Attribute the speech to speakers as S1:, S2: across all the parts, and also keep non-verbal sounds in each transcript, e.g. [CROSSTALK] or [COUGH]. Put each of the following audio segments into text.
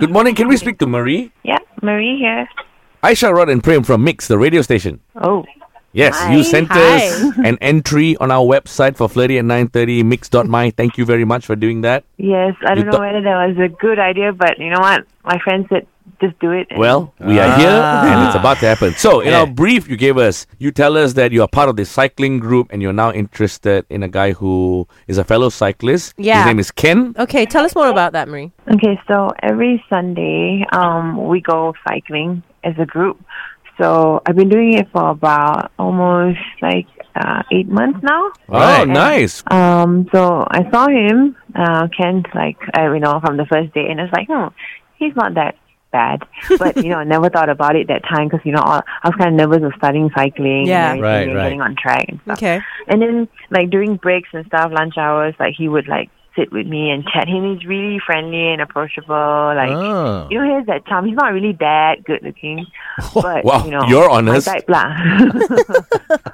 S1: Good morning. Can we speak to Marie?
S2: Yeah, Marie here.
S1: Aisha Rod and Prem from Mix, the radio station.
S2: Oh,
S1: Yes, you sent us an entry on our website for Flirty at 9.30, mix.my. Thank you very much for doing that.
S2: yes. I
S1: You
S2: don't know
S1: thought-
S2: whether that was a good idea, but you know what? My friend said just do it. and-
S1: Well, we are here and it's about to happen. So, in
S3: Yeah.
S1: our brief you gave us, you tell us that you are part of the cycling group and you're now interested in a guy who is a fellow cyclist.
S4: Yeah.
S1: His name is Ken.
S4: Okay, tell us more about that, Marie.
S2: Okay, so every Sunday, um, we go cycling as a group. So I've been doing it for about almost like uh, eight months now.
S1: Oh, nice.
S2: Um, so I saw him, uh, Kent, like, uh, you know, from the first day, and I was like, hmm, he's not that
S4: [LAUGHS]
S2: bad. But, you know, I never thought about it that time because, you know, all, I was kind of nervous of starting cycling
S4: Yeah.
S2: and, everything
S3: Right,
S2: and
S3: right.
S2: getting on track and stuff.
S4: Okay.
S2: And then, like, during breaks and stuff, lunch hours, like, he would, like, sit with me and chat. Him, he's really friendly and approachable. Like,
S1: Ah.
S3: Oh.
S2: you know, he has that charm. He's not really that
S1: [LAUGHS]
S2: good looking. But,
S1: wow,
S2: you know,
S1: you're
S2: my
S1: honest.
S2: Type, lah. [LAUGHS]
S4: [LAUGHS]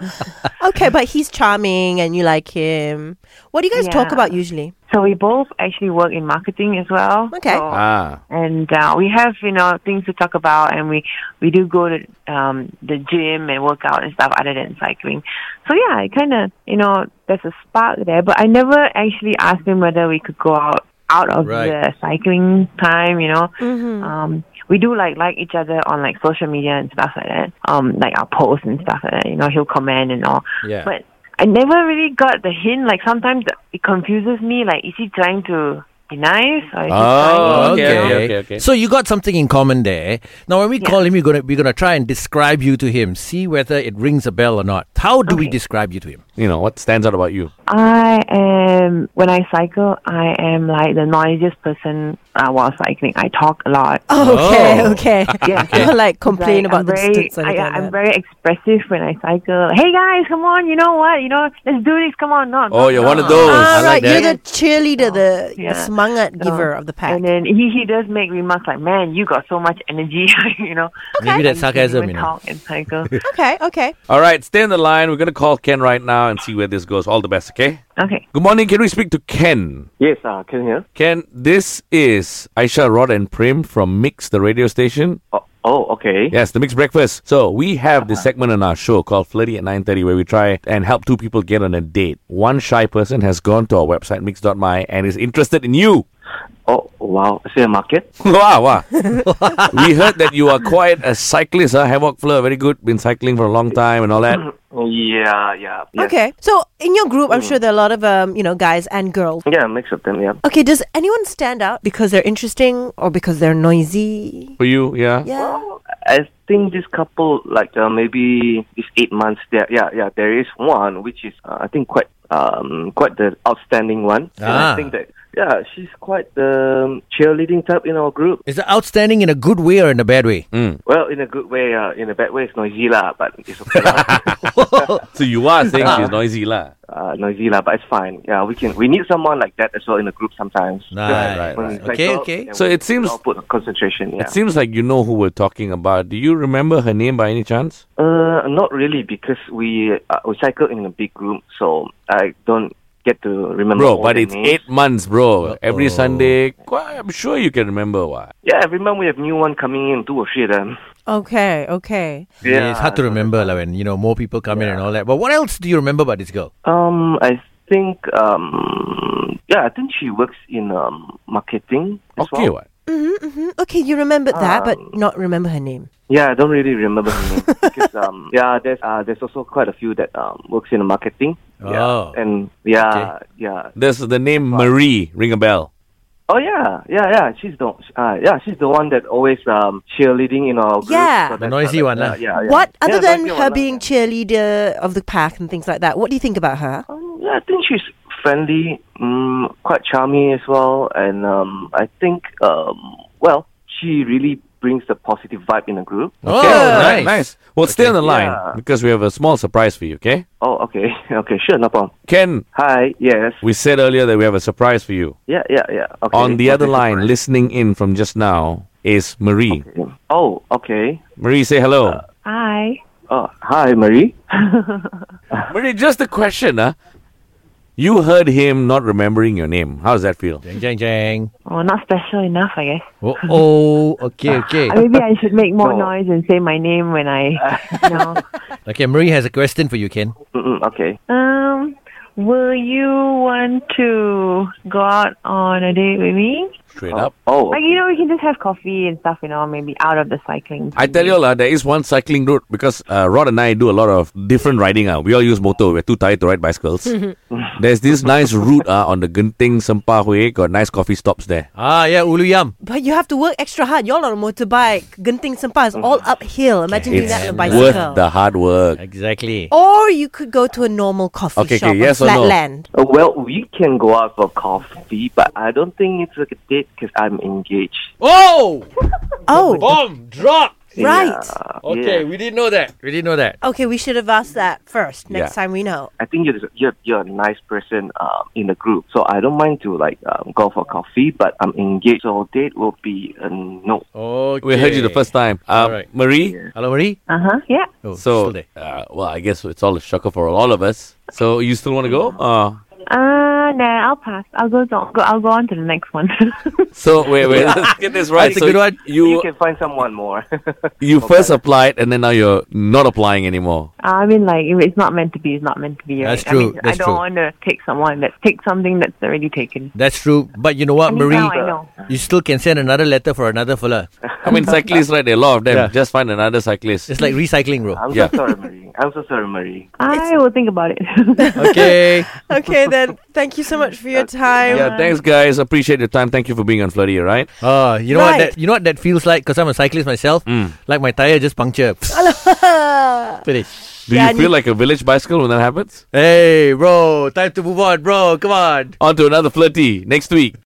S4: Okay, but he's charming and you like him. What do you guys talk
S2: Yeah.
S4: about usually?
S2: so we both actually work in marketing as well.
S4: Okay.
S2: So-
S1: Ah,
S2: and uh, we have you know things to talk about and we we do go to um the gym and work out and stuff other than cycling so yeah i kind of you know there's a spark there but i never actually asked him whether we could go out out of
S3: Right.
S2: the cycling time you know
S4: Mm-hmm.
S2: um we do like like each other on like social media and stuff like that um like our posts and stuff like that you know he'll comment and all
S3: Yeah.
S2: but I never really got the hint. Like sometimes it confuses me. Like, is he trying to be nice or is he
S1: Oh,
S2: trying to, you
S1: okay,
S2: know?
S1: okay, okay, okay.
S3: So you got something in common there. Now, when we call him, we're gonna we're gonna try and describe you to him. See whether it rings a bell or not. How do we
S2: Okay.
S3: describe you to him?
S1: you know, what stands out about you?
S2: I am when I cycle, I am like the noisiest person uh, while cycling. I talk a lot.
S4: Okay,
S3: Oh.
S1: [LAUGHS]
S4: okay.
S2: Yeah.
S4: You'll, [LAUGHS] like complain
S2: Like,
S4: about
S2: I'm
S4: the
S2: very,
S4: distance. and
S2: I,
S4: all
S2: I'm
S4: that.
S2: very expressive when I cycle. Like, hey guys, come on! You know what? You know, let's do this. Come on, no.
S1: Oh,
S2: no,
S1: you're
S2: no.
S1: one of those.
S4: Ah,
S1: I like
S4: right.
S1: that.
S4: You're the cheerleader, the,
S2: Yeah.
S4: the smangat
S2: So,
S4: giver of the pack.
S2: And then he he does make remarks like, "Man, you got so much energy," [LAUGHS] you
S1: [LAUGHS]
S2: know.
S3: Maybe
S2: You
S3: that's
S2: can't
S3: sarcasm.
S2: even
S3: You know.
S2: Talk and cycle.
S4: okay, okay.
S1: All right, stay on the line. We're going to call Ken right now and see where this goes. All the best, okay?
S2: okay.
S1: Good morning. Can we speak to Ken?
S5: Yes, uh, can you hear?
S1: Ken, this is Aisha Rod and Prem from Mix, the radio station.
S5: Oh, oh okay.
S1: Yes, the Mix Breakfast. So we have this segment on our show called Flirty at 9.30 where we try and help two people get on a date. One shy person has gone to our website, mix.my, and is interested in you. [LAUGHS]
S5: Oh, wow. Is there a market?
S1: wow, wow. we heard that you are quite a cyclist, huh? Havoc Fleur, very good. Been cycling for a long time and all that.
S5: Yeah, yeah. yeah.
S4: Okay. So in your group, I'm
S2: Mm.
S4: sure there are a lot of um, you know, guys and girls.
S5: Yeah, mix of them, yeah.
S4: Okay, does anyone stand out because they're interesting or because they're noisy?
S1: For you, yeah?
S4: Yeah.
S5: I think this couple, like uh, maybe this eight months there, yeah, yeah, there is one which is, uh, I think, quite um, quite the outstanding one. And
S3: Ah.
S5: I think that, yeah, she's quite the um, cheerleading type in our group.
S3: Is it outstanding in a good way or in a bad way?
S5: Well, in a good way, uh, in a bad way, it's noisy lah, but it's okay [LAUGHS] lah.
S1: So you are saying she's noisy, lah.
S5: uh, noisy lah, but it's fine. Yeah, we can, we need someone like that as well in a group sometimes.
S3: Right,
S1: right,
S5: When we
S3: right. Okay,
S5: cycle,
S3: okay.
S5: then
S1: So
S5: we
S1: it seems-
S5: all put concentration. Yeah.
S1: It seems like you know who we're talking about. Do you remember her name by any chance?
S5: Uh, not really, because we uh, we cycle in a big room, so I don't get to remember.
S1: Bro,
S5: all
S1: but
S5: their
S1: it's
S5: names.
S1: eight months, bro. Every
S3: Uh-oh.
S1: Sunday. Quite- I'm sure you can remember why.
S5: Yeah, every month we have new one coming in, two or three of them.
S4: Okay, okay.
S5: Yeah,
S3: It's hard to remember like, when you know more people come in and all that. But what else do you remember about this girl?
S5: Um, I think um, yeah, I think she works in um marketing. As
S1: Okay,
S5: well.
S1: what?
S4: Mm-hmm, mm-hmm. Okay, you remembered that, but
S2: Um.
S4: not remember her name.
S5: Yeah, I don't really remember her
S4: [LAUGHS]
S5: name because um, yeah, there's uh, there's also quite a few that um works in marketing. Yeah,
S3: Oh.
S5: and yeah, yeah.
S1: There's the name Marie. Ring a bell.
S5: Oh yeah, yeah, yeah. She's the uh, yeah, she's the one that always um cheerleading in our group.
S4: Yeah.
S5: So
S3: The
S5: that's
S3: noisy
S5: not-
S3: one lah.
S5: uh, yeah, yeah.
S4: What,
S5: Yeah,
S4: other
S5: the
S4: than
S5: noisy
S4: her
S5: one lah,
S4: being
S5: yeah.
S4: cheerleader of the pack and things like that, what do you think about her?
S5: Um, yeah, I think she's friendly, um, quite charming as well, and um, I think um, well, she really brings the positive vibe in the group.
S3: Oh,
S1: right,
S3: nice.
S1: Well, stay on the line
S5: Yeah.
S1: because we have a small surprise for you, okay?
S5: Oh, okay, [LAUGHS] okay, sure, no problem.
S1: Ken,
S5: Hi, yes,
S1: we said earlier that we have a surprise for you.
S5: yeah, yeah, yeah. Okay.
S1: On the
S5: Okay,
S1: other
S5: super.
S1: line, listening in from just now, is Marie.
S5: Oh, okay.
S1: Marie, say hello.
S2: Hi.
S5: Oh, hi, Marie. [LAUGHS]
S1: Marie, just a question, huh? You heard him not remembering your name. How does that feel?
S3: Jang, jang, jang.
S2: Oh, not special enough, I
S1: [LAUGHS]
S2: guess.
S3: Oh, oh okay, okay.
S2: Uh, Maybe I should make more
S5: Oh.
S2: noise and say my name when I,
S1: [LAUGHS]
S2: you know.
S3: Okay, Marie has a question for you, Ken.
S5: Mm-mm, okay.
S2: Um, will you want to go out on a date with me?
S1: Straight up.
S5: Oh,
S2: Like, you know, we can just have coffee and stuff, you know, maybe out of the cycling.
S1: I tell you all, uh, there is one cycling route because uh, Rod and I do a lot of different riding. Uh. We all use motor. We're too tired to ride bicycles. There's this nice route uh, on the Genting Sempa Hui. Got nice coffee stops there.
S3: Ah, yeah, Ulu Yam.
S4: But you have to work extra hard. Y'all on a motorbike. Genting Sempah is
S5: Mm.
S4: all uphill. Imagine doing
S1: It's
S4: that on a
S1: worth
S4: bicycle.
S1: the hard work.
S3: Exactly.
S4: Or you could go to a normal coffee
S1: Okay,
S4: shop
S1: okay, yes or
S4: on
S1: no?
S4: Flatland.
S5: Uh, well, we can go out for coffee, but I don't think it's a date because I'm engaged.
S3: Oh!
S4: Oh,
S3: Bomb drop!
S4: right.
S5: Yeah,
S3: Okay,
S5: yeah.
S3: we didn't know that. We didn't know that.
S4: Okay, we should have asked that first. Next
S1: Yeah.
S4: time we know.
S5: I think you're, you're you're a nice person um, in the group, so I don't mind to like um, go for coffee, but I'm engaged, so date will be a no.
S3: Okay.
S1: We heard you the first time. Um,
S3: Alright.
S1: Marie?
S3: Hello, Marie?
S2: Uh huh. Yeah.
S3: Oh,
S1: So,
S3: still there.
S1: uh, well, I guess it's all a shocker for all of us. So, you still want to go? Uh,
S2: Uh, nah, I'll pass. I'll go. To, go I'll go on to the next one. [LAUGHS]
S1: so, wait, wait, let's get this right.
S3: That's a
S1: so
S3: good one.
S5: You
S1: You,
S5: can find someone more. [LAUGHS]
S1: you first applied and then now you're not applying anymore.
S2: I mean, like, if it's not meant to be, it's not meant to be.
S3: That's
S2: right?
S3: true,
S2: I, mean,
S3: that's
S2: I
S3: true.
S2: don't want to take someone that take something that's already taken.
S3: That's true. But you know what,
S2: I mean,
S3: Marie?
S2: now I know.
S3: You still can send another letter for another fella.
S1: I mean, cyclists, right? There are a lot of them.
S3: Yeah.
S1: Just find another cyclist.
S3: It's like recycling,
S5: [LAUGHS]
S3: bro.
S5: I'm
S1: Yeah.
S5: so sorry, Marie. I'm so sorry, Marie.
S2: I will think about it. [LAUGHS]
S3: Okay.
S4: Okay, then. Thank you so much for
S5: [LAUGHS]
S4: your time.
S1: Yeah, thanks, guys. Appreciate your time. Thank you for being on Flirty, all right?
S3: Uh, you know what
S4: Right.
S3: that you know what that feels like? Because I'm a cyclist myself. Like my tire
S2: [LAUGHS]
S3: just punctured. Finish.
S1: Do
S4: Yeah, I
S1: you feel like a village bicycle when that happens?
S3: Hey, bro, time to move on, bro. Come on.
S1: On to another Flirty next week.